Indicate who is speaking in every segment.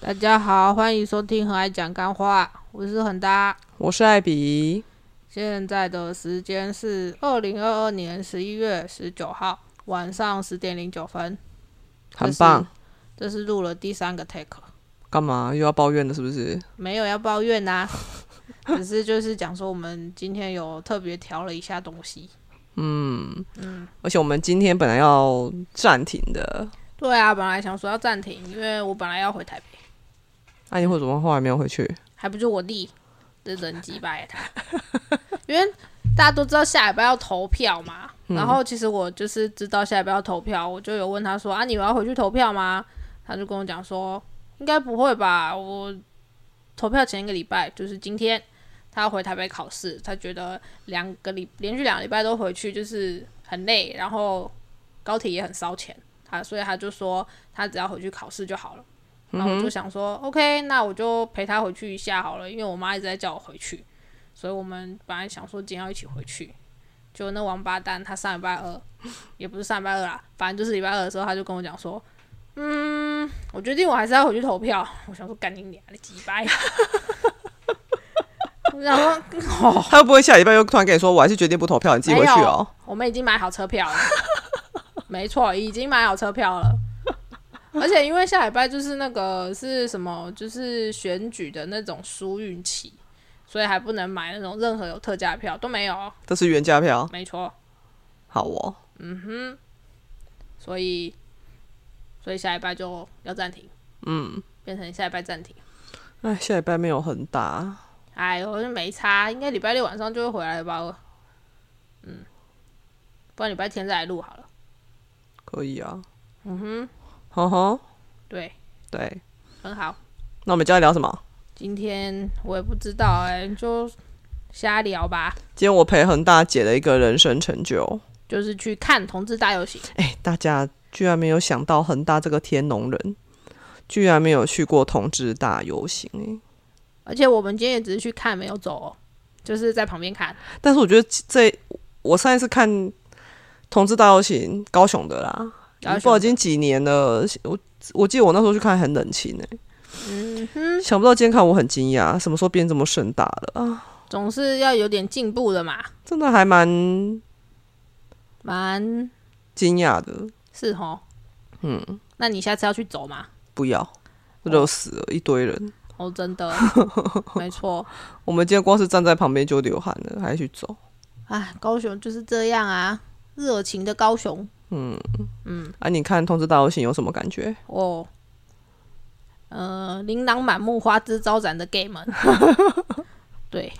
Speaker 1: 大家好，欢迎收听《很爱讲干话》，我是很搭。
Speaker 2: 我是艾比，
Speaker 1: 现在的时间是二零二二年十一月十九号晚上十点零九分，
Speaker 2: 很棒。
Speaker 1: 这是录了第三个 take，
Speaker 2: 干嘛又要抱怨了？是不是？
Speaker 1: 没有要抱怨呐、 只是就是讲说我们今天有特别调了一下东西。
Speaker 2: 嗯而且我们今天本来要暂停的，
Speaker 1: 对啊，本来想说要暂停，因为我本来要回台北，
Speaker 2: 啊那、你为什么后来没有回去？
Speaker 1: 还不就我弟这人击败他，因为大家都知道下礼拜要投票嘛。然后其实我就是知道下礼拜要投票，我就有问他说啊，你们要回去投票吗？他就跟我讲说，应该不会吧，我投票前一个礼拜，就是今天，他要回台北考试，他觉得两个礼连续两个礼拜都回去就是很累，然后高铁也很烧钱，他所以他就说他只要回去考试就好了。然后我就想说、o k 那我就陪他回去一下好了，因为我妈一直在叫我回去，所以我们本来想说今天要一起回去，就那王八蛋他上礼拜二， 也不是上礼拜二啦，反正就是礼拜二的时候他就跟我讲说，嗯，我决定我还是要回去投票。 我想说赶紧点，你几掰。 我想说哦，
Speaker 2: 他会不会下礼拜又突然跟你说，我还是决定不投票，你自己回去
Speaker 1: 没
Speaker 2: 哦
Speaker 1: 有？我们已经买好车票了， 没错，已经买好车票了。而且因为下礼拜就是那个是什么，就是选举的那种疏运期，所以还不能买那种任何有特价的票都没有哦，
Speaker 2: 这是原价票，
Speaker 1: 没错。
Speaker 2: 好哦。
Speaker 1: 所以，所以下礼拜就要暂停，
Speaker 2: 嗯，
Speaker 1: 变成下礼拜暂停。
Speaker 2: 哎，下礼拜没有很大，
Speaker 1: 哎，我就没差，应该礼拜六晚上就会回来了吧？嗯，嗯不然礼拜天再来录好了。
Speaker 2: 可以啊。嗯哼，哼哼，
Speaker 1: 对，
Speaker 2: 对。
Speaker 1: 很好。
Speaker 2: 那我们今天聊什么？
Speaker 1: 今天我也不知道哎、就瞎聊吧。
Speaker 2: 今天我陪恒大姐的一个人生成就，
Speaker 1: 就是去看同志大游行，
Speaker 2: 哎，大家居然没有想到恒大这个天龙人，居然没有去过同志大游行、哎。
Speaker 1: 而且我们今天也只是去看，没有走、哦，就是在旁边看。
Speaker 2: 但是我觉得这我上一次看《同志大游行》高雄的啦，
Speaker 1: 高雄的
Speaker 2: 不知道已经几年了。我我记得我那时候去看很冷清呢、
Speaker 1: 嗯哼，
Speaker 2: 想不到今天看我很惊讶，什么时候变这么盛大了啊？
Speaker 1: 总是要有点进步的嘛，
Speaker 2: 真的还蛮
Speaker 1: 蛮
Speaker 2: 惊讶的。
Speaker 1: 是吼。嗯，那你下次要去走吗？
Speaker 2: 不要，热死了一堆人。
Speaker 1: 哦，真 的，没错。
Speaker 2: 我们今天光是站在旁边就流汗了，还去走。
Speaker 1: 哎，高雄就是这样啊，热情的高雄
Speaker 2: 啊，你看《同志大游行》有什么感觉？
Speaker 1: 哦。呃，琳琅满目、花枝招展的 gay 们，对，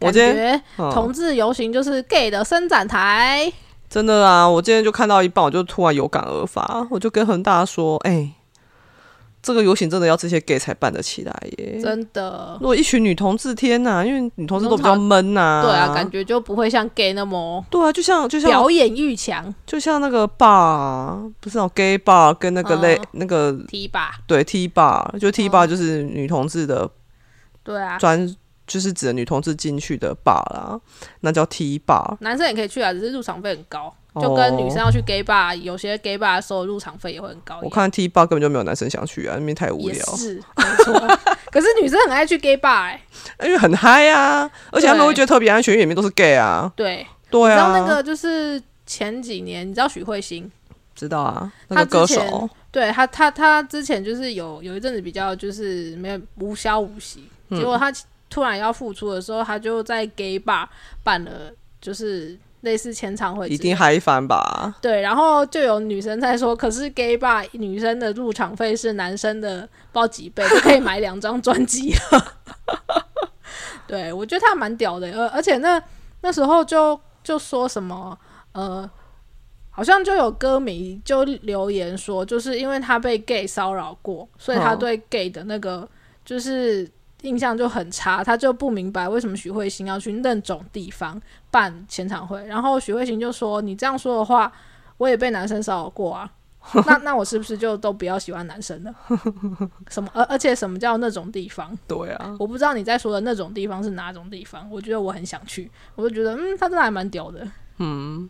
Speaker 2: 我
Speaker 1: 感
Speaker 2: 今天
Speaker 1: 觉
Speaker 2: 嗯
Speaker 1: 同志游行就是 gay 的伸展台。
Speaker 2: 真的啊，我今天就看到一半，我就突然有感而发，我就跟恒大说：“哎、这个游行真的要这些 gay 才办得起来耶！
Speaker 1: 真的
Speaker 2: 如，果一群女同志天呐、因为女同志都比较
Speaker 1: 通
Speaker 2: 闷呐、
Speaker 1: 对啊，感觉就不会像 gay 那么
Speaker 2: 对啊，就像就像
Speaker 1: 表演欲强
Speaker 2: 就像那个 bar，不是那种哦 gay bar 跟那个类、
Speaker 1: 嗯
Speaker 2: 那个
Speaker 1: 提吧？
Speaker 2: 对 T bar，就
Speaker 1: 嗯
Speaker 2: T bar 就是女同志的
Speaker 1: 对啊，
Speaker 2: 专，就是指的女同志进去的 bar 啦，那叫 T bar。
Speaker 1: 男生也可以去啊，只是入场费很高，
Speaker 2: 哦
Speaker 1: 就跟女生要去 gay bar，有些 gay bar 收入场费也会很高一样。
Speaker 2: 我看 T bar 根本就没有男生想去啊，那边太无
Speaker 1: 也
Speaker 2: 聊，
Speaker 1: 是，没 错。可是女生很爱去 gay bar，哎，
Speaker 2: 因为很嗨啊，而且他们会觉得特别安全，因为里面都是 gay 啊。
Speaker 1: 对，
Speaker 2: 对
Speaker 1: 你知
Speaker 2: 啊，
Speaker 1: 道那个就是前几年，你知道许慧欣，
Speaker 2: 知道啊，那
Speaker 1: 他
Speaker 2: 个歌
Speaker 1: 之前
Speaker 2: 手，
Speaker 1: 对他，他他之前就是有有一阵子比较就是没有无消无息，结
Speaker 2: 嗯
Speaker 1: 果他突然要复出的时候，他就在 gay bar 办了，就是类似签唱会之类的，
Speaker 2: 一定嗨翻吧？
Speaker 1: 对，然后就有女生在说，可是 gay bar 女生的入场费是男生的不知道几倍，就可以买两张专辑了。对，我觉得他蛮屌的，呃而而且那那时候就就说什么呃，好像就有歌迷就留言说，就是因为他被 gay 骚扰过，所以他
Speaker 2: 哦
Speaker 1: 对 gay 的那个就是印象就很差，他就不明白为什么许慧欣要去那种地方办签唱会。然后许慧欣就说：“你这样说的话，我也被男生骚扰过啊， 那那我是不是就都不要喜欢男生了？什么？而而且什么叫那种地方？
Speaker 2: 对啊，
Speaker 1: 我不知道你在说的那种地方是哪种地方。我觉得我很想去，我就觉得嗯，他真的还蛮屌的。
Speaker 2: 嗯，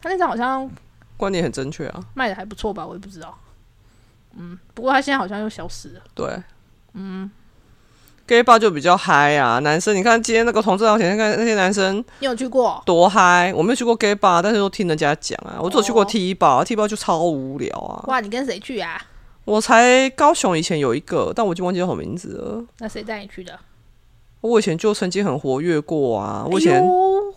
Speaker 1: 他那张好像
Speaker 2: 观点很正确啊。
Speaker 1: 卖的还不错吧，我也不知道。嗯不过他现在好像又消失了。
Speaker 2: 对，嗯，gay bar 就比较嗨啊。男生，你看今天那个同志聊天，看那些男生
Speaker 1: 你有去过？
Speaker 2: 多嗨。我没有去过 gay bar，但是都听人家讲啊。我只有去过
Speaker 1: 哦
Speaker 2: T bar，T bar 就超无聊啊。
Speaker 1: 哇，你跟谁去啊？
Speaker 2: 我才高雄以前有一个，但我已经忘记叫什么名字了。
Speaker 1: 那谁带你去的？
Speaker 2: 我以前就曾经很活跃过啊，我以前、
Speaker 1: 哎呦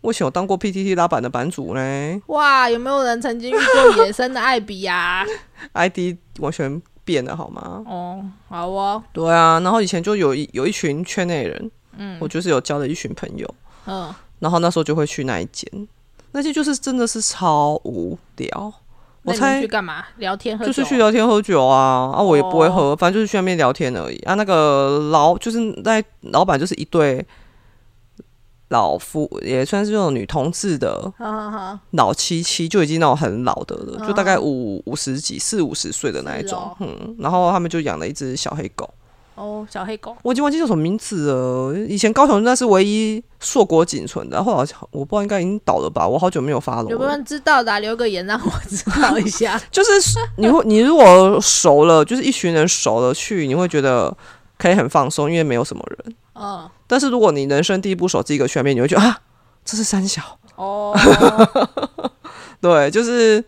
Speaker 2: 我以前有当过 PTT 拉板的版主呢
Speaker 1: 哇，有没有人曾经遇过野生的艾比啊呀、
Speaker 2: ，ID 完全变了好 吗？
Speaker 1: 哦，好哦，
Speaker 2: 对啊，然后以前就有一有一群圈内人，嗯，我就是有交了一群朋友，
Speaker 1: 嗯，
Speaker 2: 然后那时候就会去那一间，那间就是真的是超无聊。
Speaker 1: 那你
Speaker 2: 我
Speaker 1: 们
Speaker 2: 猜
Speaker 1: 去干嘛？聊天喝酒？啊哦
Speaker 2: 就是去聊天喝酒啊，啊，我也不会喝，反正就是去那边聊天而已啊。那个老就是那老板就是一对老夫，也算是那种女同志的
Speaker 1: 哈 哈哈，
Speaker 2: 老七七，就已经那种很老的了，就大概
Speaker 1: 哦
Speaker 2: 五五十几、四五十岁的那一
Speaker 1: 是
Speaker 2: 种。
Speaker 1: 哦
Speaker 2: 嗯，然后他们就养了一只小黑狗，
Speaker 1: 哦，小黑狗，
Speaker 2: 我已经忘记叫什么名字了。以前高雄那是唯一硕果仅存的，后来好像我不知道应该已经倒了吧，我好久没有发了。
Speaker 1: 有没有人知道的啊、留个言让我知道一 下。
Speaker 2: 就是你会，你如果熟了，就是一群人熟了去，你会觉得可以很放松，因为没有什么人。
Speaker 1: 嗯，
Speaker 2: 但是如果你人生地不熟，自己一个去那边，你会觉得啊，这是三小，
Speaker 1: 哦，
Speaker 2: 对，就是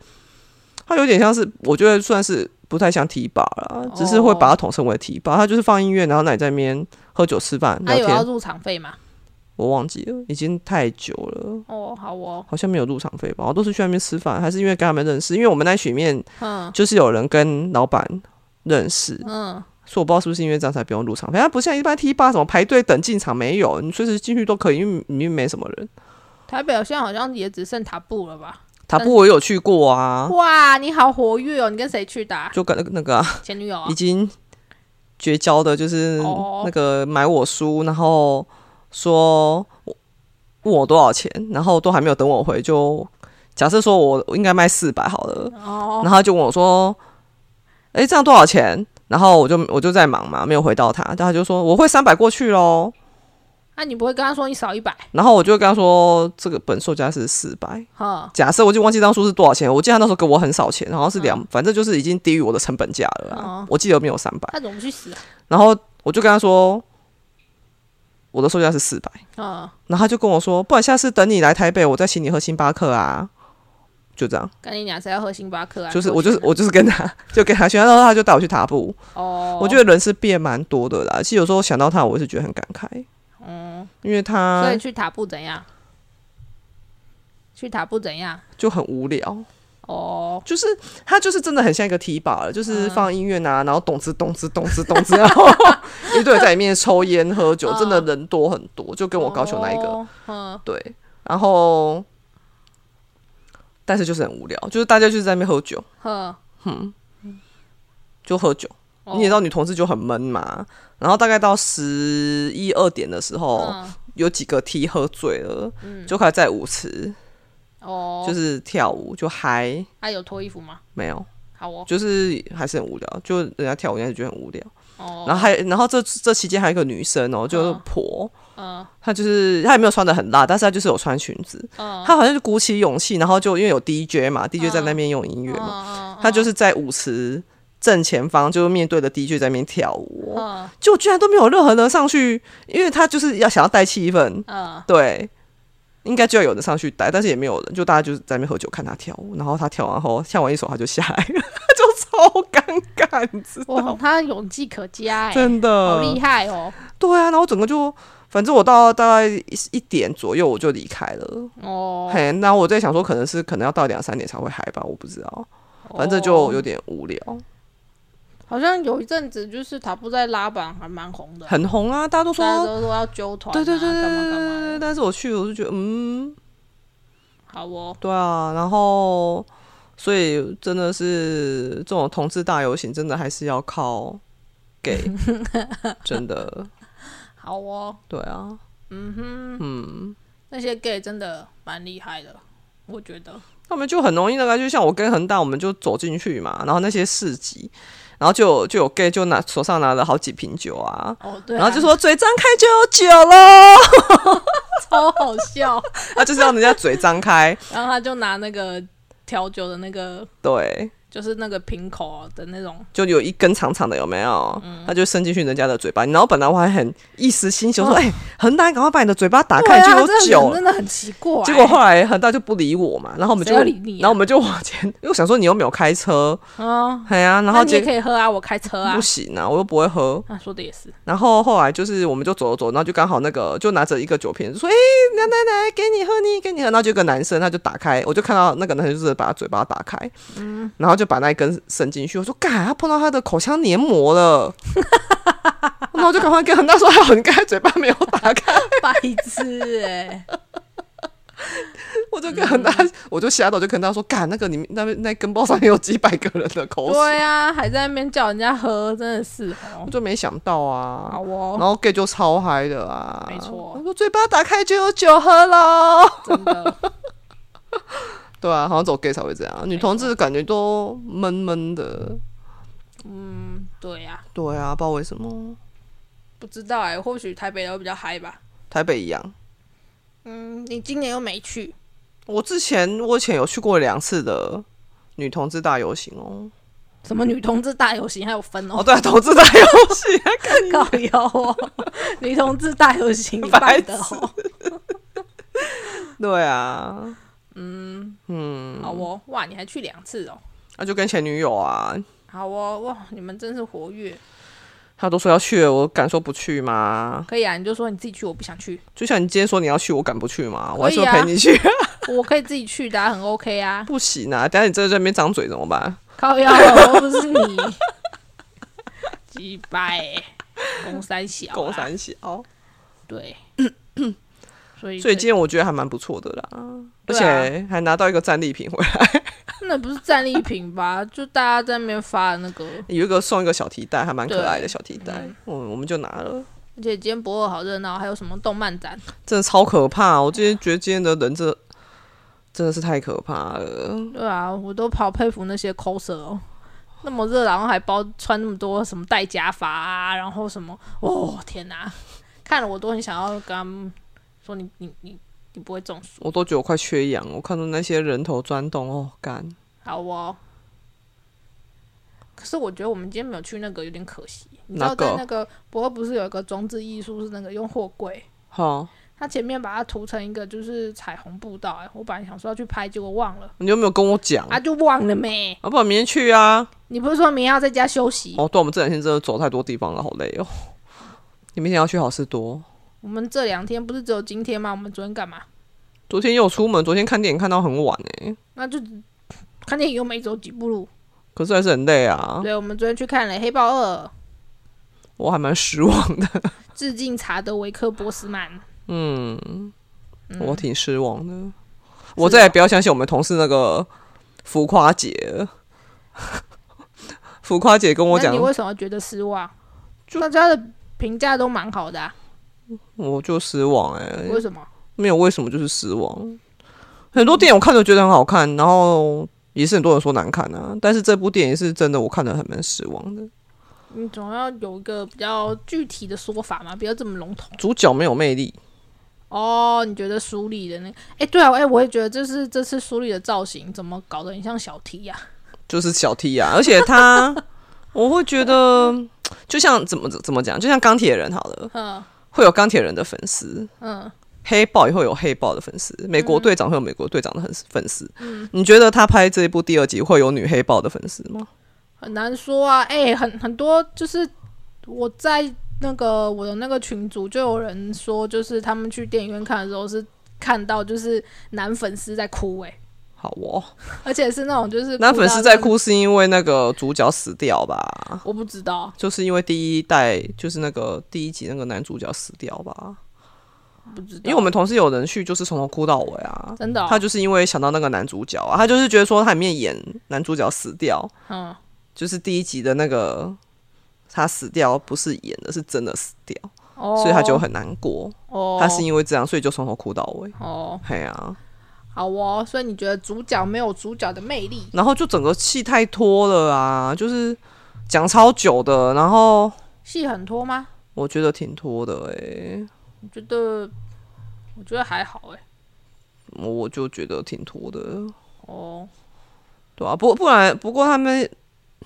Speaker 2: 它有点像是，我觉得算是不太像提把啦，
Speaker 1: 哦
Speaker 2: 只是会把它统称为提把，它就是放音乐，然后那你在那边喝酒吃饭
Speaker 1: 那、
Speaker 2: 聊
Speaker 1: 有
Speaker 2: 天，
Speaker 1: 要入场费吗？
Speaker 2: 我忘记了，已经太久了。
Speaker 1: 哦，好哦，
Speaker 2: 好像没有入场费吧，我都是去那边吃饭，还是因为跟他们认识，因为我们那群里面
Speaker 1: 嗯
Speaker 2: 就是有人跟老板认识，
Speaker 1: 嗯，所
Speaker 2: 所以我不知道是不是因为这样才不用入场费，它不像一般 T 八什么排队等进场没有，你随时进去都可以，因为因为没什么人。
Speaker 1: 台北好像好像也只剩塔布了吧？
Speaker 2: 塔布我也有去过啊，
Speaker 1: 哇，你好活跃哦！你跟谁去的 啊、
Speaker 2: 就跟那个那个啊、
Speaker 1: 前女友啊
Speaker 2: 已？经绝交的，就是
Speaker 1: 哦
Speaker 2: 那个买我书，然后说我问我多少钱，然后都还没有等我回，就假设说我应该卖四百好了，
Speaker 1: 哦，
Speaker 2: 然后他就问我说：“哎、这样多少钱？”然后我就我就在忙嘛，没有回到他，但他就说我会三百过去喽。
Speaker 1: 那、你不会跟他说你少一百？
Speaker 2: 然后我就跟他说，这个本售价是四百。
Speaker 1: 哼，
Speaker 2: 假设我就忘记当初是多少钱，我记得他那时候给我很少钱，好像是两，反正就是已经低于我的成本价了啦。
Speaker 1: 嗯哦
Speaker 2: 我记得没有三百，
Speaker 1: 那怎么去死啊？
Speaker 2: 然后我就跟他说，我的售价是四百，
Speaker 1: 嗯，
Speaker 2: 然后他就跟我说，不然下次等你来台北，我再请你喝星巴克啊。就这样，
Speaker 1: 跟你讲谁要喝星巴克啊？
Speaker 2: 就是
Speaker 1: 给
Speaker 2: 我就是
Speaker 1: 钱
Speaker 2: 我就是跟他 就跟他去，然后他就带我去塔布。
Speaker 1: 哦，
Speaker 2: 我觉得人是变蛮多的啦，其实有时候想到他，我也是觉得很感慨。嗯，因为
Speaker 1: 所
Speaker 2: 他
Speaker 1: 以去塔布怎样？去塔布怎样？
Speaker 2: 就很无聊。
Speaker 1: 哦，
Speaker 2: 就是它就是真的很像一个提把了，就是
Speaker 1: 嗯
Speaker 2: 放音乐啊，然后咚吱咚吱咚吱咚吱，然后 一堆人在里面抽烟喝
Speaker 1: 嗯
Speaker 2: 酒，真的人多很多，就跟我高雄那一个、
Speaker 1: 哦嗯，
Speaker 2: 对，然后但是就是很无聊，就是大家就是在那边喝酒，
Speaker 1: 哼，
Speaker 2: 就喝酒，
Speaker 1: 哦
Speaker 2: 你也知道女同志就很闷嘛，然后大概到十一二点的时候，
Speaker 1: 嗯
Speaker 2: 有几个 T 喝醉了，就开始在舞池
Speaker 1: 哦，
Speaker 2: 就是是跳舞就嗨，
Speaker 1: 他有脱衣服吗？
Speaker 2: 没有，
Speaker 1: 好哦，
Speaker 2: 就是还是很无聊，就人家跳舞人家就觉得很无聊。
Speaker 1: 哦，
Speaker 2: 然后还，然后这这期间还有一个女生哦，就是
Speaker 1: 嗯
Speaker 2: 婆，
Speaker 1: 嗯
Speaker 2: 她就是她也没有穿的很辣，但是她就是有穿裙子，
Speaker 1: 嗯，
Speaker 2: 她好像就鼓起勇气，然后就因为有 DJ 嘛，DJ 在那边用音乐嘛，
Speaker 1: 嗯
Speaker 2: 她就是在舞池正前方，就是面对着 DJ 在那边跳舞哦，
Speaker 1: 嗯
Speaker 2: 就居然都没有任何人上去，因为她就是要想要带气氛，
Speaker 1: 嗯，
Speaker 2: 对。应该就要有人上去带，但是也没有人，就大家就是在那边喝酒看她跳舞，然后她跳完后跳完一首她就下来了， 就超尴尬，你知道
Speaker 1: 哇，
Speaker 2: 吗？
Speaker 1: 他勇气可嘉哎，
Speaker 2: 真的，
Speaker 1: 好厉害哦，
Speaker 2: 对啊，然后整个就，反正我到大概一一点左右我就离开了。
Speaker 1: 哦，
Speaker 2: 嘿，那我在想说，可能是可能要到两三点才会嗨吧，我不知道。反正就有
Speaker 1: 哦
Speaker 2: 点无聊，
Speaker 1: 好像有一阵子就是塔布在拉板还蛮红的，
Speaker 2: 很红啊，大家都
Speaker 1: 大家
Speaker 2: 说，
Speaker 1: 都说要揪团啊，
Speaker 2: 对对对对
Speaker 1: 干嘛
Speaker 2: 对
Speaker 1: 干
Speaker 2: 对
Speaker 1: 嘛
Speaker 2: 对。
Speaker 1: 的，
Speaker 2: 但是我去，我就觉得，嗯，
Speaker 1: 好哦，
Speaker 2: 对啊，然后所以真的是这种同志大游行，真的还是要靠给， 真的，
Speaker 1: 好哦，
Speaker 2: 对啊，
Speaker 1: 嗯哼，
Speaker 2: 嗯。
Speaker 1: 那些 gay 真的蛮厉害的，我觉得。
Speaker 2: 他们就很容易那个，啊就像我跟恒大，我们就走进去嘛，然后那些市集，然后就有就有 gay 就拿手上拿了好几瓶酒啊，
Speaker 1: 哦，对、啊，
Speaker 2: 然后就说嘴张开就有酒啊喽，
Speaker 1: 超好笑，
Speaker 2: 他就是让人家嘴张开，
Speaker 1: 然后他就拿那个调酒的那个
Speaker 2: 对，
Speaker 1: 就是那个瓶口啊的那种，
Speaker 2: 就有一根长长的，有没有？
Speaker 1: 嗯
Speaker 2: 它就伸进去人家的嘴巴，然后本来我还很一时心想说，哎、恒大，赶快把你的嘴巴打
Speaker 1: 对
Speaker 2: 开，
Speaker 1: 啊，
Speaker 2: 就有
Speaker 1: 这个人
Speaker 2: 酒。
Speaker 1: 真的很奇怪。
Speaker 2: 结果后来恒大就不理我嘛，然后我们就，
Speaker 1: 谁要理你啊啊
Speaker 2: 然后我们就往前， 因为我想说你又没有开车，
Speaker 1: 嗯，
Speaker 2: 哎呀、然
Speaker 1: 那
Speaker 2: 后
Speaker 1: 你也
Speaker 2: 结
Speaker 1: 可以喝啊，我开车啊
Speaker 2: 不。行啊，我又不 会喝。
Speaker 1: 那说的也是，
Speaker 2: 然后后来就是我们就走走走，然后就刚好那个就拿着一个酒瓶，就说：“哎、奶奶奶，给你喝你，给你喝。”然后就有个男生他就打开，我就看到那个男生就是把他嘴巴打开，
Speaker 1: 嗯
Speaker 2: 然后就把那一根伸进去。我说：“干，他碰到他的口腔黏膜了。” 然后我就赶快跟他那时候还好，你刚才嘴巴没有打开，
Speaker 1: 白痴哎、
Speaker 2: 我就跟他，我就吓到，我就跟他说：“干，那个你们那边那根包上面有几百个人的口水。
Speaker 1: 对啊，还在那边叫人家喝，真的是哦
Speaker 2: 我。就没想到啊，
Speaker 1: 好
Speaker 2: 然
Speaker 1: 哦，
Speaker 2: 后 gay 就超嗨的啊，
Speaker 1: 没错
Speaker 2: 他说嘴巴打开就有酒喝喽。
Speaker 1: 真的，
Speaker 2: 对啊，好像走 gay 才会这样，女同志感觉都闷闷的。
Speaker 1: 嗯，对呀、
Speaker 2: 对啊，不知道为什么，
Speaker 1: 不知道哎、或许台北的会比较嗨吧。
Speaker 2: 台北一样。
Speaker 1: 嗯，你今年又没去，
Speaker 2: 我之前我以前有去过两次的女同志大游行哦。
Speaker 1: 什么女同志大游行还有分
Speaker 2: 哦，
Speaker 1: 哦，
Speaker 2: 对、啊，同志大游行，
Speaker 1: 搞有哦，女同志大游行
Speaker 2: 白
Speaker 1: 办的哦，
Speaker 2: 对啊，
Speaker 1: 好哦，哇，你还去两次哦，
Speaker 2: 那、就跟前女友啊，
Speaker 1: 好哦，哇，你们真是活跃，
Speaker 2: 她都说要去了，我敢说不去吗？
Speaker 1: 可以啊，你就说你自己去，我不想去，
Speaker 2: 就像你今天说你要去，我敢不去吗？我还
Speaker 1: 可
Speaker 2: 说
Speaker 1: 以啊
Speaker 2: 陪你去，
Speaker 1: 我可以自己去的啊、很 OK 啊，
Speaker 2: 不行啊！等下你真的在那边张嘴怎么办？
Speaker 1: 靠腰哦，又不是你，鸡掰欸，公三小啊，
Speaker 2: 共三小。
Speaker 1: 对，所以
Speaker 2: 所以今天我觉得还蛮不错的啦，而
Speaker 1: 对啊
Speaker 2: 且还拿到一个战利品回来，
Speaker 1: 那不是战利品吧？ 就大家在那边发的那个，
Speaker 2: 有一个送一个小提袋，还蛮可爱的
Speaker 1: 对
Speaker 2: 小提袋，我我们就拿了，
Speaker 1: 而且今天博尔好热闹，还有什么动漫展？
Speaker 2: 真的超可怕！我今天觉得今天的人这真的是太可怕了，
Speaker 1: 对啊，我都好佩服那些 coser 哦，那么热，然后还包穿那么多什么戴假发啊，然后什么，哦天哪、看了我都很想要跟他们说你你你你不会中暑，
Speaker 2: 我都觉得我快缺氧，我看到那些人头钻洞，哦，干，
Speaker 1: 好哦。可是我觉得我们今天没有去那个有点可惜，你知
Speaker 2: 哪
Speaker 1: 道在
Speaker 2: 个
Speaker 1: 那个博尔不是有一个装置艺术是那个用货柜，
Speaker 2: 好，
Speaker 1: 它前面把它涂成一个就是彩虹步道、哎，我本来想说要去拍，结果忘了
Speaker 2: 你有没有跟我讲？
Speaker 1: 啊，就忘了没。
Speaker 2: 要、不然明天去啊！
Speaker 1: 你不是说明天要在家休息？
Speaker 2: 哦，对，我们这两天真的走太多地方了，好累哦。你明天要去好事多？
Speaker 1: 我们这两天不是只有今天吗？我们昨天干嘛？
Speaker 2: 昨天又出门，昨天看电影看到很晚哎、
Speaker 1: 那就只看电影又没走几步路。
Speaker 2: 可是还是很累啊，
Speaker 1: 对，我们昨天去看了《黑豹二》，
Speaker 2: 我还蛮失望的。
Speaker 1: 致敬查德维克波斯曼。
Speaker 2: 嗯，我挺失望的。
Speaker 1: 啊
Speaker 2: 我再也不要相信我们同事那个浮夸姐了。 浮夸姐跟我
Speaker 1: 那
Speaker 2: 讲
Speaker 1: 你，为什么觉得失望？大家的评价都蛮好的、啊，
Speaker 2: 我就失望哎、
Speaker 1: 为什么？
Speaker 2: 没有为什么，就是失望。很多电影我看着觉得很好看，然后也是很多人说难看啊，但是这部电影是真的，我看的很蛮失望的。
Speaker 1: 你总要有一个比较具体的说法嘛，不要这么笼统。
Speaker 2: 主角没有魅力，
Speaker 1: 哦，你觉得梳理的那个？哎、对啊，哎、我也觉得这是这次梳理的造型怎么搞得很像小 T 呀、
Speaker 2: 就是小 T 啊，而且 他，我会觉得就像怎么怎么讲，就像钢铁人好了，
Speaker 1: 嗯
Speaker 2: 会有钢铁人的粉丝，
Speaker 1: 嗯，
Speaker 2: 黑豹也会有黑豹的粉丝，美国队长会有美国队长的粉丝粉丝。
Speaker 1: 嗯
Speaker 2: 你觉得他拍这一部第二集会有女黑豹的粉丝吗？
Speaker 1: 很难说啊。哎、很很多就是我在那个我的那个群组就有人说，就是他们去电影院看的时候是看到就是男粉丝在哭、哎，
Speaker 2: 好哦，
Speaker 1: 而且是那种就是
Speaker 2: 男粉丝在
Speaker 1: 到
Speaker 2: 哭是因为那个主角死掉吧
Speaker 1: 那，？我不知道，
Speaker 2: 就是因为第一代就是那个第一集那个男主角死掉吧？
Speaker 1: 不知道，
Speaker 2: 因为我们同事有人去就是从头哭到尾啊。
Speaker 1: 真的哦、
Speaker 2: 他就是因为想到那个男主角啊，他就是觉得说他里面演男主角死掉，
Speaker 1: 嗯，
Speaker 2: 就是第一集的那个他死掉不是演的，是真的死掉，
Speaker 1: 哦，
Speaker 2: 所以他就很难过。
Speaker 1: 哦，
Speaker 2: 他是因为这样，所以就从头哭到尾。
Speaker 1: 哦，
Speaker 2: 嘿啊，
Speaker 1: 好哦，所以你觉得主角没有主角的魅力？
Speaker 2: 然后就整个戏太拖了啊，就是讲超久的，然后
Speaker 1: 戏很拖吗？
Speaker 2: 我觉得挺拖的欸诶、
Speaker 1: 我觉得，我欸觉得还好哎、
Speaker 2: 我就觉得挺拖的。
Speaker 1: 哦，
Speaker 2: 对啊，不不然不过他们，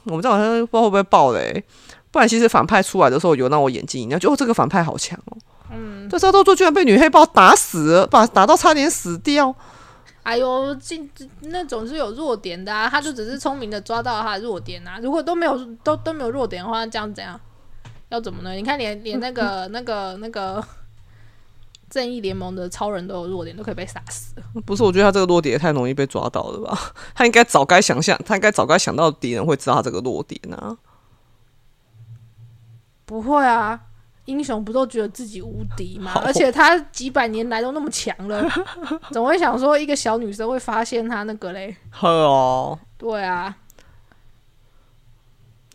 Speaker 2: 我们这好像不知道会不会爆嘞、不然其实反派出来的时候有让我眼睛一亮，就哦这个反派好强哦。嗯，但是他到最后居然被女黑豹打死了，把打到差点死掉。
Speaker 1: 哎呦，进那种是有弱点的啊，他就只是聪明的抓到他的弱点啊。如果都没有都都没有弱点的话，这样怎样？要怎么呢？你看连连那个那个那个正义联盟的超人都有弱点，都可以被杀死。
Speaker 2: 不是，我觉得他这个弱点也太容易被抓到了吧？ 他应该早该想象，他应该早该想到敌人会知道他这个弱点啊。
Speaker 1: 不会啊，英雄不都觉得自己无敌吗
Speaker 2: 好？
Speaker 1: 而且他几百年来都那么强 了，怎么会想说一个小女生会发现他那个嘞？
Speaker 2: 呵哦，
Speaker 1: 对啊，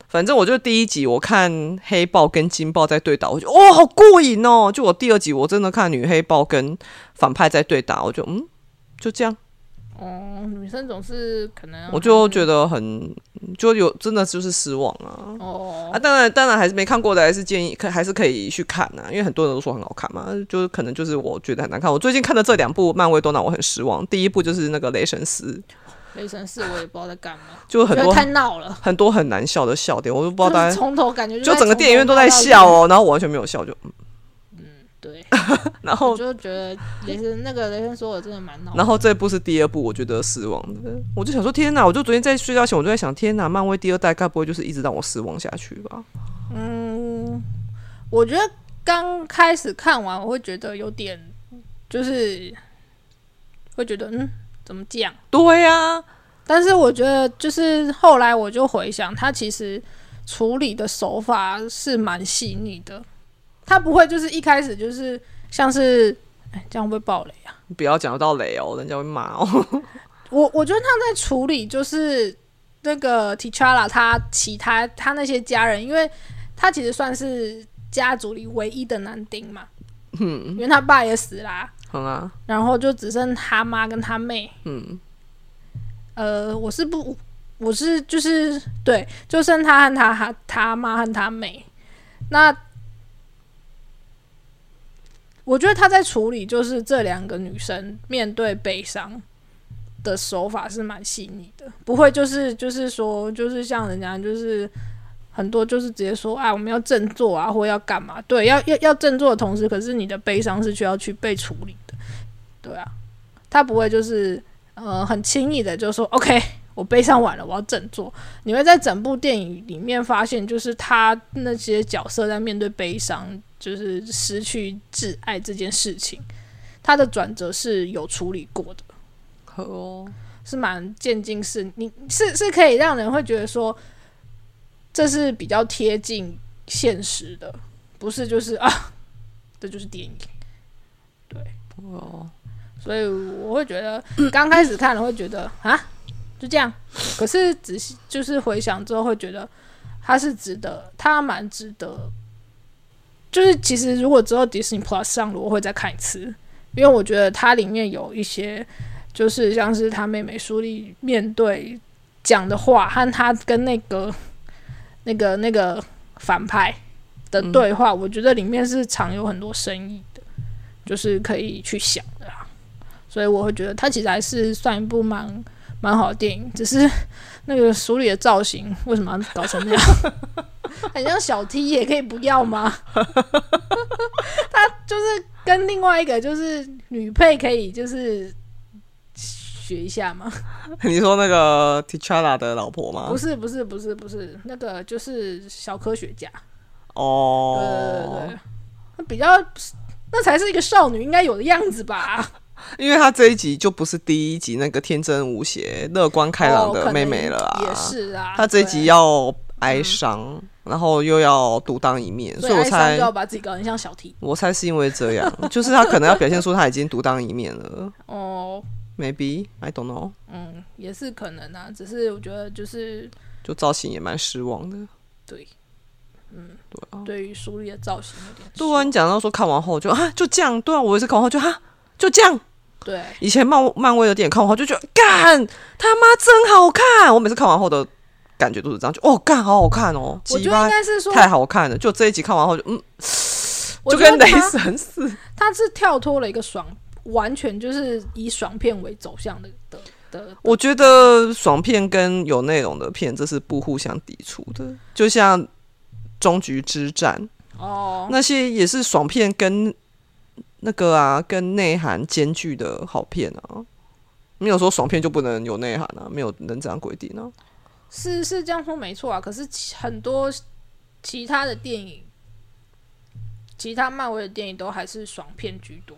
Speaker 2: 反正我就第一集我看黑豹跟金豹在对打，我就哦好过瘾哦。就我第二集我真的看女黑豹跟反派在对打，我就嗯就这样，
Speaker 1: 哦，女生总是可能
Speaker 2: 我就觉得很就有真的就是失望啊。
Speaker 1: 哦
Speaker 2: 啊，当然，当然还是没看过的，还是建议可还是可以去看啊呐、因为很多人都说很好看嘛，就是可能就是我觉得很难看。我最近看的这两部漫威都让我很失望，第一部就是那个雷神四，
Speaker 1: 雷神四我也不知道在干嘛，
Speaker 2: 就
Speaker 1: 觉
Speaker 2: 很
Speaker 1: 得
Speaker 2: 多
Speaker 1: 太闹了。
Speaker 2: 很多很难笑的笑点，我都不知道大
Speaker 1: 就是
Speaker 2: 家
Speaker 1: 从头感觉
Speaker 2: 就
Speaker 1: 在
Speaker 2: 整
Speaker 1: 从
Speaker 2: 个
Speaker 1: 头
Speaker 2: 电影院都
Speaker 1: 骂
Speaker 2: 在
Speaker 1: 到
Speaker 2: 笑
Speaker 1: 底。
Speaker 2: 哦，然后我完全没有笑，就
Speaker 1: 对，
Speaker 2: 然
Speaker 1: 我
Speaker 2: 后
Speaker 1: 就觉得雷神那个雷神说我真的蛮恼。
Speaker 2: 然后这部是第二部，我觉得失望的，我就想说天哪，我就昨天在睡觉前我就在想天哪，漫威第二代该不会就是一直让我失望下去吧？
Speaker 1: 嗯，我觉得刚开始看完我会觉得有点，就是会觉得嗯怎么这样？
Speaker 2: 对呀、啊，
Speaker 1: 但是我觉得就是后来我就回想，他其实处理的手法是蛮细腻的，他不会就是一开始就是像是哎这样会不会爆雷啊？
Speaker 2: 不要讲到雷哦，人家会骂哦。
Speaker 1: 我我觉得他在处理就是那个 T'Challa 他其他他那些家人，因为他其实算是家族里唯一的男丁嘛，嗯，因为他爸也死啦，
Speaker 2: 好啦，
Speaker 1: 然后就只剩他妈跟他妹，
Speaker 2: 嗯，
Speaker 1: 呃，我是不我是就是对，就剩他和他他他妈和他妹，那。我觉得他在处理就是这两个女生面对悲伤，的手法是蛮细腻的，不会就是就是说就是像人家就是很多就是直接说啊我们要振作啊或要干嘛，对，要要要振作的同时，可是你的悲伤是需要去被处理的，对啊，他不会就是呃很轻易的就说 OK 我悲伤完了我要振作，你会在整部电影里面发现就是他那些角色在面对悲伤就是失去挚爱这件事情，他的转折是有处理过的。
Speaker 2: 好哦。
Speaker 1: 是蛮渐进式，你是是可以让人会觉得说，这是比较贴近现实的，不是就是啊，这就是电影。
Speaker 2: 哦
Speaker 1: 所以我会觉得刚开始看了会觉得啊，就这样。可是仔细就是回想之后，会觉得它是值得，它蛮值得。就是其实如果之后迪士尼 Plus 上了，我会再看一次，因为我觉得它里面有一些，就是像是他妹妹苏丽面对讲的话和他跟那个那个那个反派的对话，我觉得里面是藏有很多深意的，就是可以去想的啦。所以我会觉得它其实还是算一部蛮蛮好的电影，只是 那个苏里的造型为什么要搞成那 样？很像小 T 也可以不要吗？ 他就是跟另外一个就是女配可以就是学一下吗？
Speaker 2: 你说那个 T'Challa 的老婆吗
Speaker 1: 不？是不是不是不是，那个就是小科学家，对对对
Speaker 2: 哦，
Speaker 1: 对，那比较那才是一个少女应该有的样子吧？
Speaker 2: 因为他这一集就不是第一集那个天真无邪、乐观开朗
Speaker 1: 哦
Speaker 2: 的
Speaker 1: 可能
Speaker 2: 妹妹了啊。
Speaker 1: 也是啊。
Speaker 2: 他这一
Speaker 1: 对
Speaker 2: 集要哀伤，然后又要独当一面，
Speaker 1: 所
Speaker 2: 所以
Speaker 1: 以
Speaker 2: 我
Speaker 1: 哀伤
Speaker 2: 猜
Speaker 1: 就，要把自己搞成像小 T
Speaker 2: 我猜是因为这样， 就是他可能要表现出他已经独当一面了。
Speaker 1: 哦，
Speaker 2: Maybe I don't know，
Speaker 1: 嗯，也是可能啊，只是我觉得就是
Speaker 2: 就造型也蛮失望的。
Speaker 1: 对，嗯，对于苏丽的造型有点
Speaker 2: 对啊，你讲到说看完后就啊就这样，对啊，我也是看完后就啊就这样，
Speaker 1: 对
Speaker 2: 以前漫漫威的电影看完后就觉得，干他妈真好看！我每次看完后的感觉都是这样，就哦，干好好看哦，
Speaker 1: 我
Speaker 2: 鸡
Speaker 1: 觉得应
Speaker 2: 巴
Speaker 1: 该是说，
Speaker 2: 太好看了。就这一集看完后就嗯，
Speaker 1: 我
Speaker 2: 就
Speaker 1: 觉
Speaker 2: 跟
Speaker 1: 得
Speaker 2: 雷
Speaker 1: 他
Speaker 2: 神似。
Speaker 1: 他是跳脱了一个爽，完全就是以爽片为走向的的的。
Speaker 2: 我觉得爽片跟有内容的片，这是不互相抵触的。就像《终局之战》
Speaker 1: 哦，
Speaker 2: 那些也是爽片跟那个啊，跟内涵兼具的好片啊。没有说爽片就不能有内涵啊，没有能这样规定啊。
Speaker 1: 是是这样说没错啊。可是其很多其他的电影，其他漫威的电影都还是爽片居多。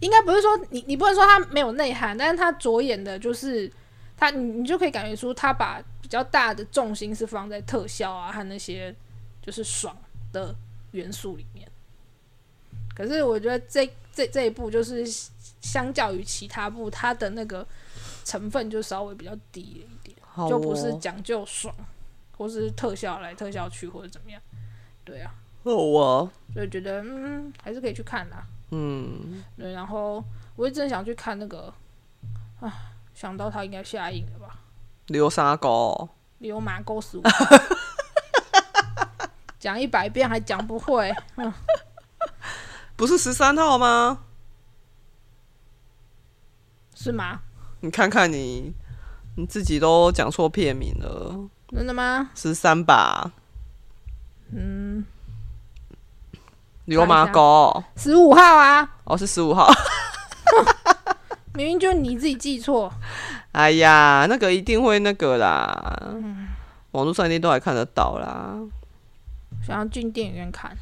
Speaker 1: 应该不是说你你不能说它没有内涵，但是它着眼的就是它，你你就可以感觉出它把比较大的重心是放在特效啊和那些就是爽的元素里面。可是我觉得这这这一部就是相较于其他部，它的那个成分就稍微比较低了一点。
Speaker 2: 好、哦，
Speaker 1: 就不是讲究爽，或是特效来特效去，或者怎么样。对啊，
Speaker 2: 好哦，
Speaker 1: 所以觉得嗯，还是可以去看啦。嗯，对。然后我一直很想去看那个，啊，想到它应该下映了吧？
Speaker 2: 流沙沟。
Speaker 1: 流马沟十五，讲一百遍还讲不会。
Speaker 2: 不是十三号吗？
Speaker 1: 是吗？
Speaker 2: 你看看你，你自己都讲错片名了，
Speaker 1: 真的吗？
Speaker 2: 十三吧？
Speaker 1: 嗯，
Speaker 2: 流麻沟
Speaker 1: 十五号啊，
Speaker 2: 哦，是十五号。
Speaker 1: 明明就你自己记错。
Speaker 2: 哎呀，那个一定会那个啦，网络上一定都还看得到啦。
Speaker 1: 想要进电影院看，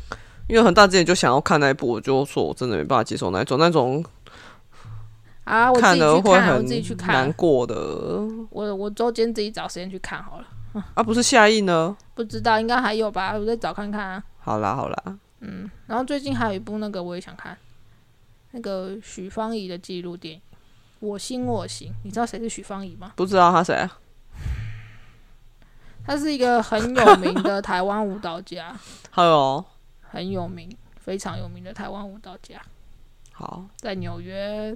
Speaker 2: 因为很大之前就想要看那一部，我就说我真的没办法接受那一种，那种
Speaker 1: 啊，我自己
Speaker 2: 了
Speaker 1: 去
Speaker 2: 会
Speaker 1: 看，我自己去
Speaker 2: 很难
Speaker 1: 看，
Speaker 2: 过的。
Speaker 1: 我我周间自己找时间去看好了。
Speaker 2: 啊，不是下映呢？
Speaker 1: 不知道应该还有吧，我再找看看啊。
Speaker 2: 好啦好啦，
Speaker 1: 然后最近还有一部那个我也想看，那个许芳宜的纪录电影《我心我行》，你知道谁是许芳宜吗？
Speaker 2: 不知道他谁啊？
Speaker 1: 她是一个很有名的台湾舞蹈家，
Speaker 2: 还有哦
Speaker 1: 很有名，非常有名的台湾舞蹈家，
Speaker 2: 好，
Speaker 1: 在纽约，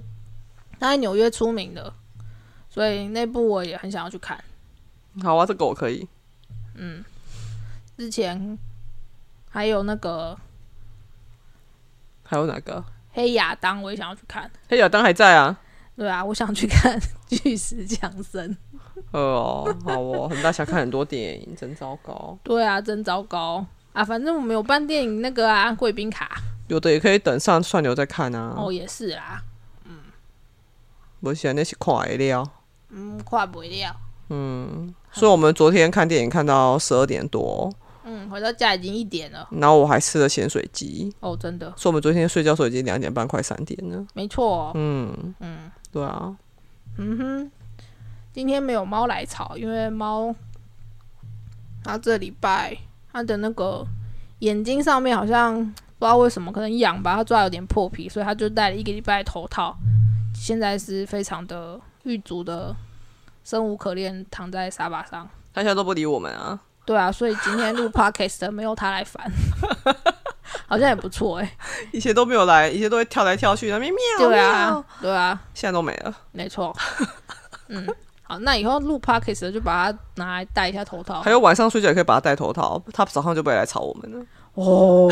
Speaker 1: 她在纽约出名的，所以那部我也很想要去看。
Speaker 2: 好啊，这个我可以。
Speaker 1: 之前还有那个
Speaker 2: 还有哪个？
Speaker 1: 黑亚当，我也想要去看。
Speaker 2: 黑亚当还在啊？
Speaker 1: 对啊，我想去看 《巨石强森》。
Speaker 2: 呃哦，好哦，很大想看很多电影，真糟糕。
Speaker 1: 对啊，真糟糕啊！反正我们有办电影那个啊，贵宾卡、
Speaker 2: 有的也可以等上串流再看啊。
Speaker 1: 哦，也是啦，
Speaker 2: 我喜欢那些快料。
Speaker 1: 嗯，跨不了。
Speaker 2: 所以我们昨天看电影看到十二点多，
Speaker 1: 嗯，回到家已经一点了
Speaker 2: 然后我还吃了咸水鸡，
Speaker 1: 哦，真的，
Speaker 2: 所以我们昨天睡觉的时候已经两点半快三点了。
Speaker 1: 没错、哦。
Speaker 2: 嗯
Speaker 1: 嗯
Speaker 2: 对啊，
Speaker 1: 嗯哼，今天没有猫来吵，因为猫它这礼拜它的那个眼睛上面好像不知道为什么，可能痒吧，它抓有点破皮，所以它就戴了一个礼拜的头套，现在是非常的狱卒的生无可恋，躺在沙发上。
Speaker 2: 他现在都不理我们啊。
Speaker 1: 对啊，所以今天录 podcast 没有他来 烦，好像也不错哎、
Speaker 2: 以前都没有来，以前都会跳来跳去，那边喵
Speaker 1: 对
Speaker 2: 喵
Speaker 1: 啊，，对啊，
Speaker 2: 现在都没了。
Speaker 1: 没 错。嗯，好，那以后录 podcast 的就把它拿来戴一下头套
Speaker 2: 还。有晚上睡觉也可以把它戴头套，它早上就不会来吵我们了。
Speaker 1: 哦，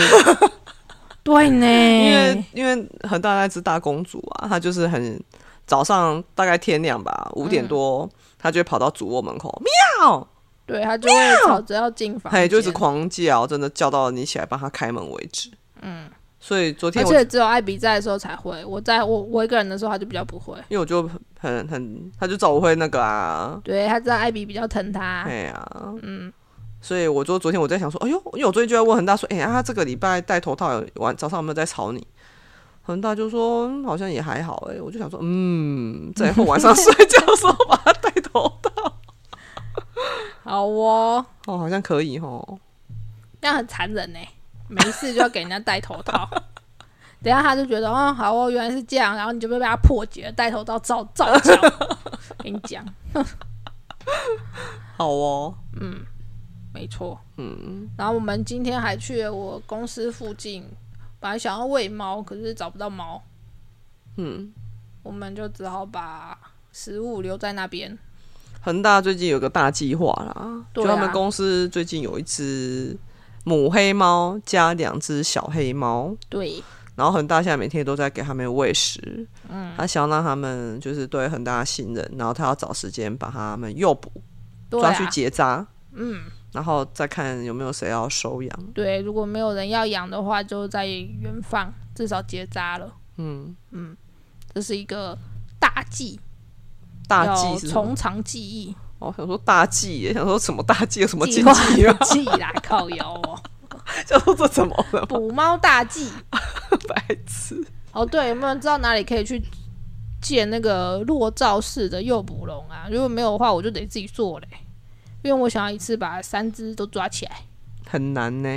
Speaker 1: 对呢，
Speaker 2: 因为因为很大那只大公主啊，她就是很早上大概天亮吧，五点多，她就会跑到主卧门口喵，
Speaker 1: 对他就会吵着要进房
Speaker 2: 她也
Speaker 1: 间，
Speaker 2: 就一直狂叫，真的叫到你起来帮她开门为止。嗯，所以昨天
Speaker 1: 而
Speaker 2: 我
Speaker 1: 且只有艾比在的时候才会，我在我我一个人的时候他就比较不会。
Speaker 2: 因为我就很很，她就找我会那个啊，
Speaker 1: 对，他知道艾比比较疼他
Speaker 2: 哎，呀、嗯。所以我就昨天我在想说，哎呦，因为我最近就在问恒大说，哎、呀，他这个礼拜戴头套有晚早上有没有在吵你？恒大就说、嗯好像也还好、哎，我就想说，嗯，在以后晚上睡觉的时候把它戴头套，
Speaker 1: 好哦，
Speaker 2: 哦，好像可以哦。
Speaker 1: 那样很残忍呢、欸没事就要给人家戴头套。 等一下他就觉得哦，好哦，原来是这样，然后你就被被他破解了，戴头套照照 讲。跟你讲，
Speaker 2: 好哦，
Speaker 1: 没错。
Speaker 2: 嗯，
Speaker 1: 然后我们今天还去了我公司附近，本来想要喂猫，可是找不到猫，
Speaker 2: 嗯，
Speaker 1: 我们就只好把食物留在那边。
Speaker 2: 恒大最近有个大计划啦，
Speaker 1: 对
Speaker 2: 就
Speaker 1: 啊
Speaker 2: 他们公司最近有一只母黑猫加两只小黑猫，
Speaker 1: 对，
Speaker 2: 然后恒大现在每天都在给他们喂食，嗯，他想要让他们就是对恒大的信任，然后他要找时间把他们诱捕，
Speaker 1: 对
Speaker 2: 抓去
Speaker 1: 啊，
Speaker 2: 结扎，嗯，然后再看有没有谁要收养。
Speaker 1: 对，如果没有人要养的话，就在原放，至少结扎了。
Speaker 2: 嗯，
Speaker 1: 这是一个大忌，
Speaker 2: 大
Speaker 1: 要
Speaker 2: 忌是什么
Speaker 1: 从长计议，
Speaker 2: 哦，想说大忌耶，想说什么大 忌，有什么
Speaker 1: 计
Speaker 2: 禁
Speaker 1: 划
Speaker 2: 忌啊？
Speaker 1: 计啦，靠腰哦，
Speaker 2: 想说这怎么了？
Speaker 1: 捕猫大忌。
Speaker 2: 白痴！
Speaker 1: 哦，对，有没有人知道哪里可以去建那个落罩式的诱捕笼啊？如果没有的话，我就得自己做嘞，因为我想要一次把三只都抓起来，
Speaker 2: 很难呢。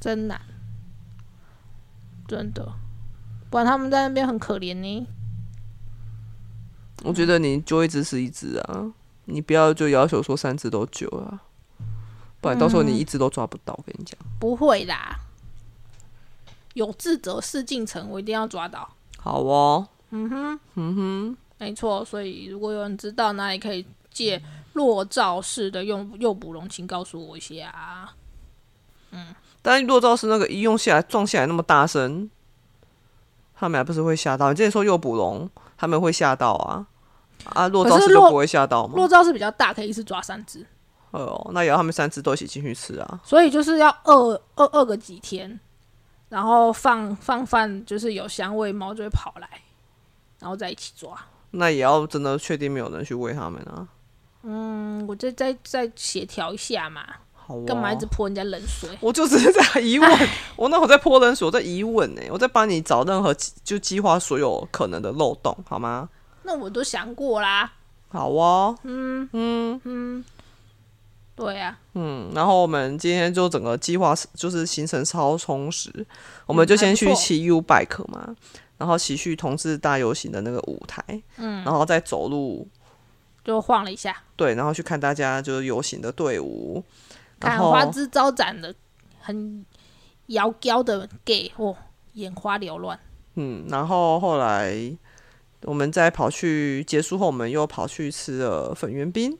Speaker 1: 真难，真的，不然他们在那边很可怜呢。
Speaker 2: 我觉得你揪一只是一只啊，你不要就要求说三只都揪啊，不然到时候你
Speaker 1: 嗯
Speaker 2: 一只都抓不到。我跟你讲，
Speaker 1: 不会啦，有志者事竟成，我一定要抓到。
Speaker 2: 好哦，
Speaker 1: 没错，所以如果有人知道哪里可以借落罩式的用诱捕笼，请告诉我一下啊。
Speaker 2: 但若照是那个一用下来撞下来那么大声，他们还不是会吓到？你之前说诱捕龙，他们会吓到啊啊！若照
Speaker 1: 可是
Speaker 2: 是都
Speaker 1: 若
Speaker 2: 不会吓到吗
Speaker 1: 落？罩是比较大，可以一次抓三只，
Speaker 2: 哎呦，那也要他们三只都一起进去吃啊！
Speaker 1: 所以就是要饿饿饿个几天，然后放放饭，就是有香味，猫就会跑来，然后再一起抓。
Speaker 2: 那也要真的确定没有人去喂他们啊！
Speaker 1: 嗯，我再再再协调一下嘛，
Speaker 2: 好、哦，
Speaker 1: 干嘛一直泼人家冷水？
Speaker 2: 我就只是在 疑问，我那我在泼冷水，我在疑问呢、我在帮你找任何计就计划所有可能的漏洞，好吗？
Speaker 1: 那我都想过啦，
Speaker 2: 好哦，
Speaker 1: 对啊呀、
Speaker 2: 嗯，然后我们今天就整个计划是就是行程超充实，我们就先
Speaker 1: 嗯还
Speaker 2: 去
Speaker 1: 不错
Speaker 2: 骑 U bike 嘛，然后骑去同志大游行的那个舞台，嗯，然后再走路，
Speaker 1: 就晃了一下，
Speaker 2: 对，然后去看大家就是游行的队伍，然
Speaker 1: 看
Speaker 2: 后
Speaker 1: 花枝招展的，很摇娇的 gay 哦，眼花缭乱。
Speaker 2: 嗯，然后后来我们再跑去结束后，我们又跑去吃了粉圆冰。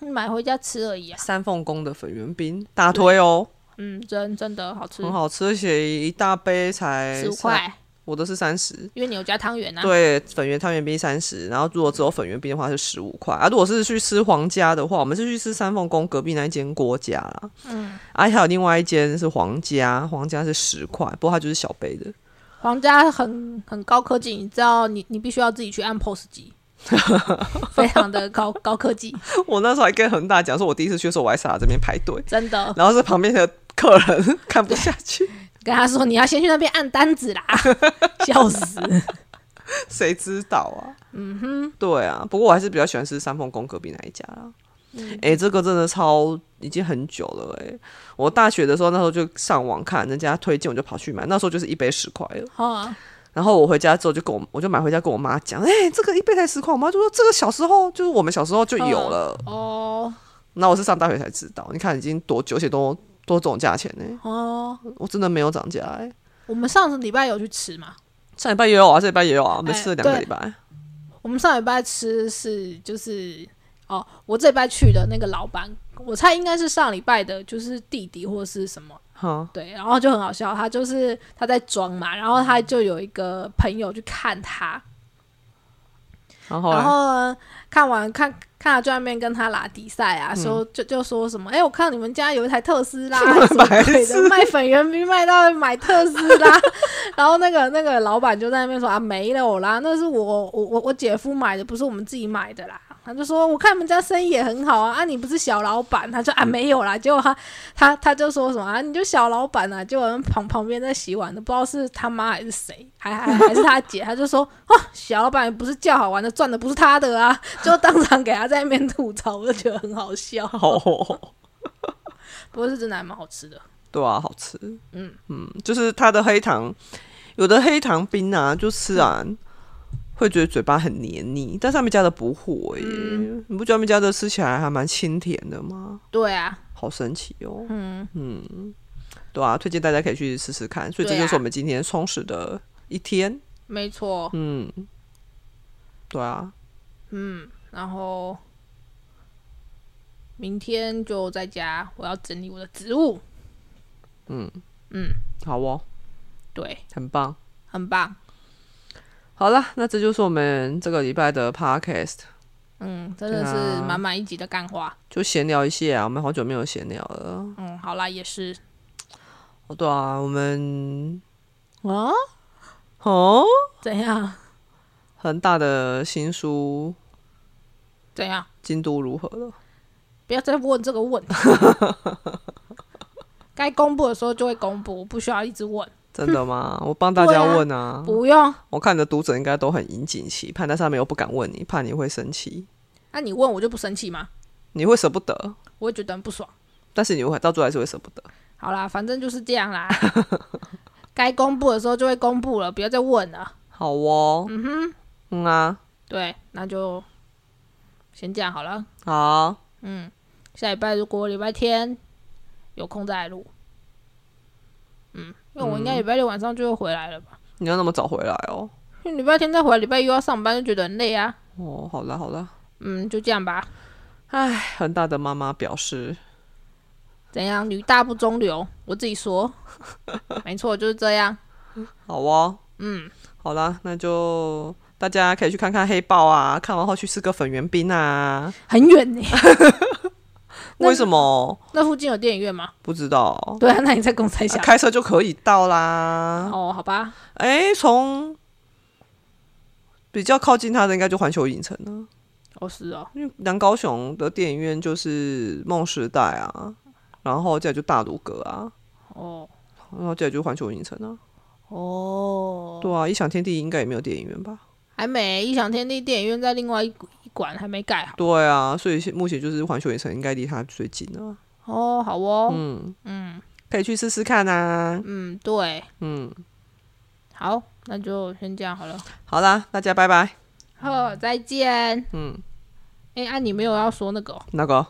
Speaker 1: 买回家吃而已啊，
Speaker 2: 三凤宫的粉圆冰，大推哦，
Speaker 1: 嗯，真真的好吃
Speaker 2: 很，好吃，而且一大杯才
Speaker 1: 十五，块，
Speaker 2: 我哦哎的是三十。
Speaker 1: 因为你有加汤圆啊，
Speaker 2: 对，粉圆汤圆冰三十，然后如果只有粉圆冰的话是十五块啊。如果是去吃皇家的话，我们是去吃三凤宫隔壁那一间郭家啦，嗯，啊，还有另外一间是皇家，皇家是十块，不过它就是小杯的，
Speaker 1: 皇家很很高科技，你知道你你必须要自己去按 POS 机，非常的高高科技，
Speaker 2: 我那时候还跟恒大讲说，我第一次去的时候我还傻在这边排队，
Speaker 1: 真的。
Speaker 2: 然后是旁边的客人 看不下去，
Speaker 1: 跟他说你要先去那边按单子啦，,笑死。
Speaker 2: 谁知道啊？嗯哼，对啊。不过我还是比较喜欢吃三凤宫隔壁那一家啦。哎、这个真的超已经很久了哎、我大学的时候，那时候就上网看人家推荐，我就跑去买。那时候就是一杯十块了。
Speaker 1: 哦，
Speaker 2: 然后我回家之后就跟我，我就买回家跟我妈讲，哎、这个一杯才十块。我妈就说这个小时候就是我们小时候就有了。
Speaker 1: 哦，
Speaker 2: 那、我是上大学才知道，你看已经多久，而且都多这种价钱呢、
Speaker 1: 哦，
Speaker 2: 我真的没有涨价哎、
Speaker 1: 我们上礼拜有去吃嘛？
Speaker 2: 上礼拜也有啊，这礼拜也有啊，我们吃了两个
Speaker 1: 对
Speaker 2: 礼拜。
Speaker 1: 我们上礼拜吃是就是哦，我这礼拜去的那个老板，我猜应该是上礼拜的，就是弟弟或是什么。
Speaker 2: 哈，
Speaker 1: 对，然后就很好笑，他就是他在装嘛，然后他就有一个朋友去看他，
Speaker 2: 然后嘞
Speaker 1: 然后呢看完看看他就在那边跟他拉迪赛啊，说就就说什么，哎、我看到你们家有一台特斯拉 什么鬼的，卖粉圆饼卖到买特斯拉， 然后那个那个老板就在那边说啊没有啦，那是我我我我姐夫买的，不是我们自己买的啦。他就说：“我看你们家生意也很好啊，啊，你不是小老板？”他说：“啊，没有啦。”结果他他他就说什么啊，你就小老板啊，结果旁旁边在洗碗的，不知道是他妈还是谁，还还还是他姐，他就说哦，小老板不是叫好玩的，赚的不是他的啊， 就当场给他在那边吐槽，我就觉得很好笑。
Speaker 2: 好、哦。
Speaker 1: 不过是真的还蛮好吃的，
Speaker 2: 对啊，好吃。嗯嗯，就是它的黑糖，有的黑糖冰啊，就吃完、会觉得嘴巴很黏腻，但上面加的不会耶。你不觉得他们家的吃起来还蛮清甜的吗？
Speaker 1: 对啊，
Speaker 2: 好神奇哦。嗯对啊，推荐大家可以去试试看。所以这
Speaker 1: 对啊
Speaker 2: 就是我们今天充实的一天。
Speaker 1: 没错，
Speaker 2: 嗯，对啊，
Speaker 1: 然后明天就在家，我要整理我的植物，
Speaker 2: 好哦，
Speaker 1: 对，
Speaker 2: 很棒。
Speaker 1: 很棒。
Speaker 2: 好了，那这就是我们这个礼拜的 podcast，
Speaker 1: 嗯，真的是满满一集的干话。
Speaker 2: 就闲聊一下、啊。我们好久没有闲聊了。
Speaker 1: 嗯，好啦，也是
Speaker 2: 哦，对啊，我们
Speaker 1: 啊，
Speaker 2: 哦，
Speaker 1: 怎样
Speaker 2: 恒大的新书
Speaker 1: 怎样？
Speaker 2: 进度如何了？
Speaker 1: 不要再问这个问 题。该公布的时候就会公布，不需要一直问。
Speaker 2: 真的吗？我帮大家问啊。
Speaker 1: 不用，
Speaker 2: 我看你的读者应该都很引颈期盼，但是他们又不敢问你，怕你会生气，
Speaker 1: 那、你问我就不生气吗？
Speaker 2: 你会舍不得，
Speaker 1: 我会觉得很不爽。
Speaker 2: 但是你会到最后还是会舍不得。
Speaker 1: 好啦，反正就是这样啦。 该公布的时候就会公布了，不要再问了。
Speaker 2: 好哦，嗯哼，嗯啊，
Speaker 1: 对，那就先这样好了。嗯
Speaker 2: 好，
Speaker 1: 下礼拜如果礼拜天有空再来录，嗯，因为我应该礼拜六晚上就会回来了吧？
Speaker 2: 你要那么早回来哦。
Speaker 1: 因为礼拜天再回来，礼拜一又要上班，就觉得很累啊。
Speaker 2: 哦，好啦好啦，
Speaker 1: 嗯，就这样吧。
Speaker 2: 恒大的妈妈表示，
Speaker 1: 怎样？女大不中留，我自己说， 没错，就是这样。
Speaker 2: 好哦，嗯，好啦，那就大家可以去看看黑豹啊，看完后去吃个粉圆冰啊。
Speaker 1: 很远呢，那
Speaker 2: 为什么？
Speaker 1: 那附近有电影院吗？
Speaker 2: 不知道。
Speaker 1: 对啊，那你在公司
Speaker 2: 啊
Speaker 1: 下。
Speaker 2: 开车就可以到啦。
Speaker 1: 哦，好吧，
Speaker 2: 哎、从比较靠近它的应该就环球影城了，
Speaker 1: 哦是哦，
Speaker 2: 因为南高雄的电影院就是梦时代啊，然后再来就大鲁阁啊，
Speaker 1: 哦
Speaker 2: 然后再来就环球影城啊。
Speaker 1: 哦，
Speaker 2: 对啊，异想天地应该也没有电影院吧？
Speaker 1: 还没异想天地电影院在另外一一馆还没盖好。
Speaker 2: 对啊，所以现目前就是环球影城应该离它最近了，
Speaker 1: 哦，好哦，
Speaker 2: 嗯可以去试试看啊。
Speaker 1: 嗯，对，嗯，好，那就先这样好了。
Speaker 2: 好啦，大家拜拜。
Speaker 1: 好，再见。嗯，哎、啊，你没有要说那个、哦，
Speaker 2: 那个，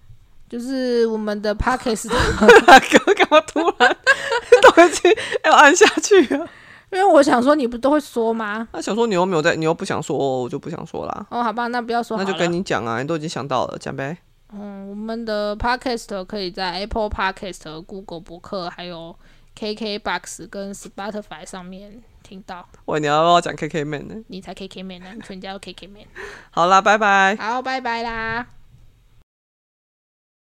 Speaker 1: 就是我们的 podcast，
Speaker 2: 哥干嘛突然 都已经要按下去啊了？
Speaker 1: 因为我想说你不都会说吗？
Speaker 2: 那想说你又没有在，你又不想说，我就不想说啦。
Speaker 1: 哦，好吧，那不要说好
Speaker 2: 那
Speaker 1: 了。
Speaker 2: 就跟你讲啊，你都已经想到了，讲呗。
Speaker 1: 嗯，我们的 podcast 可以在 Apple Podcast、Google 博客、还有 KKBox 跟 Spotify 上面听到。
Speaker 2: 喂，你要不要讲 KK man 呢？
Speaker 1: 你才 KK man 呢，你全家都 KK man。
Speaker 2: 好啦，拜拜。
Speaker 1: 好，拜拜啦。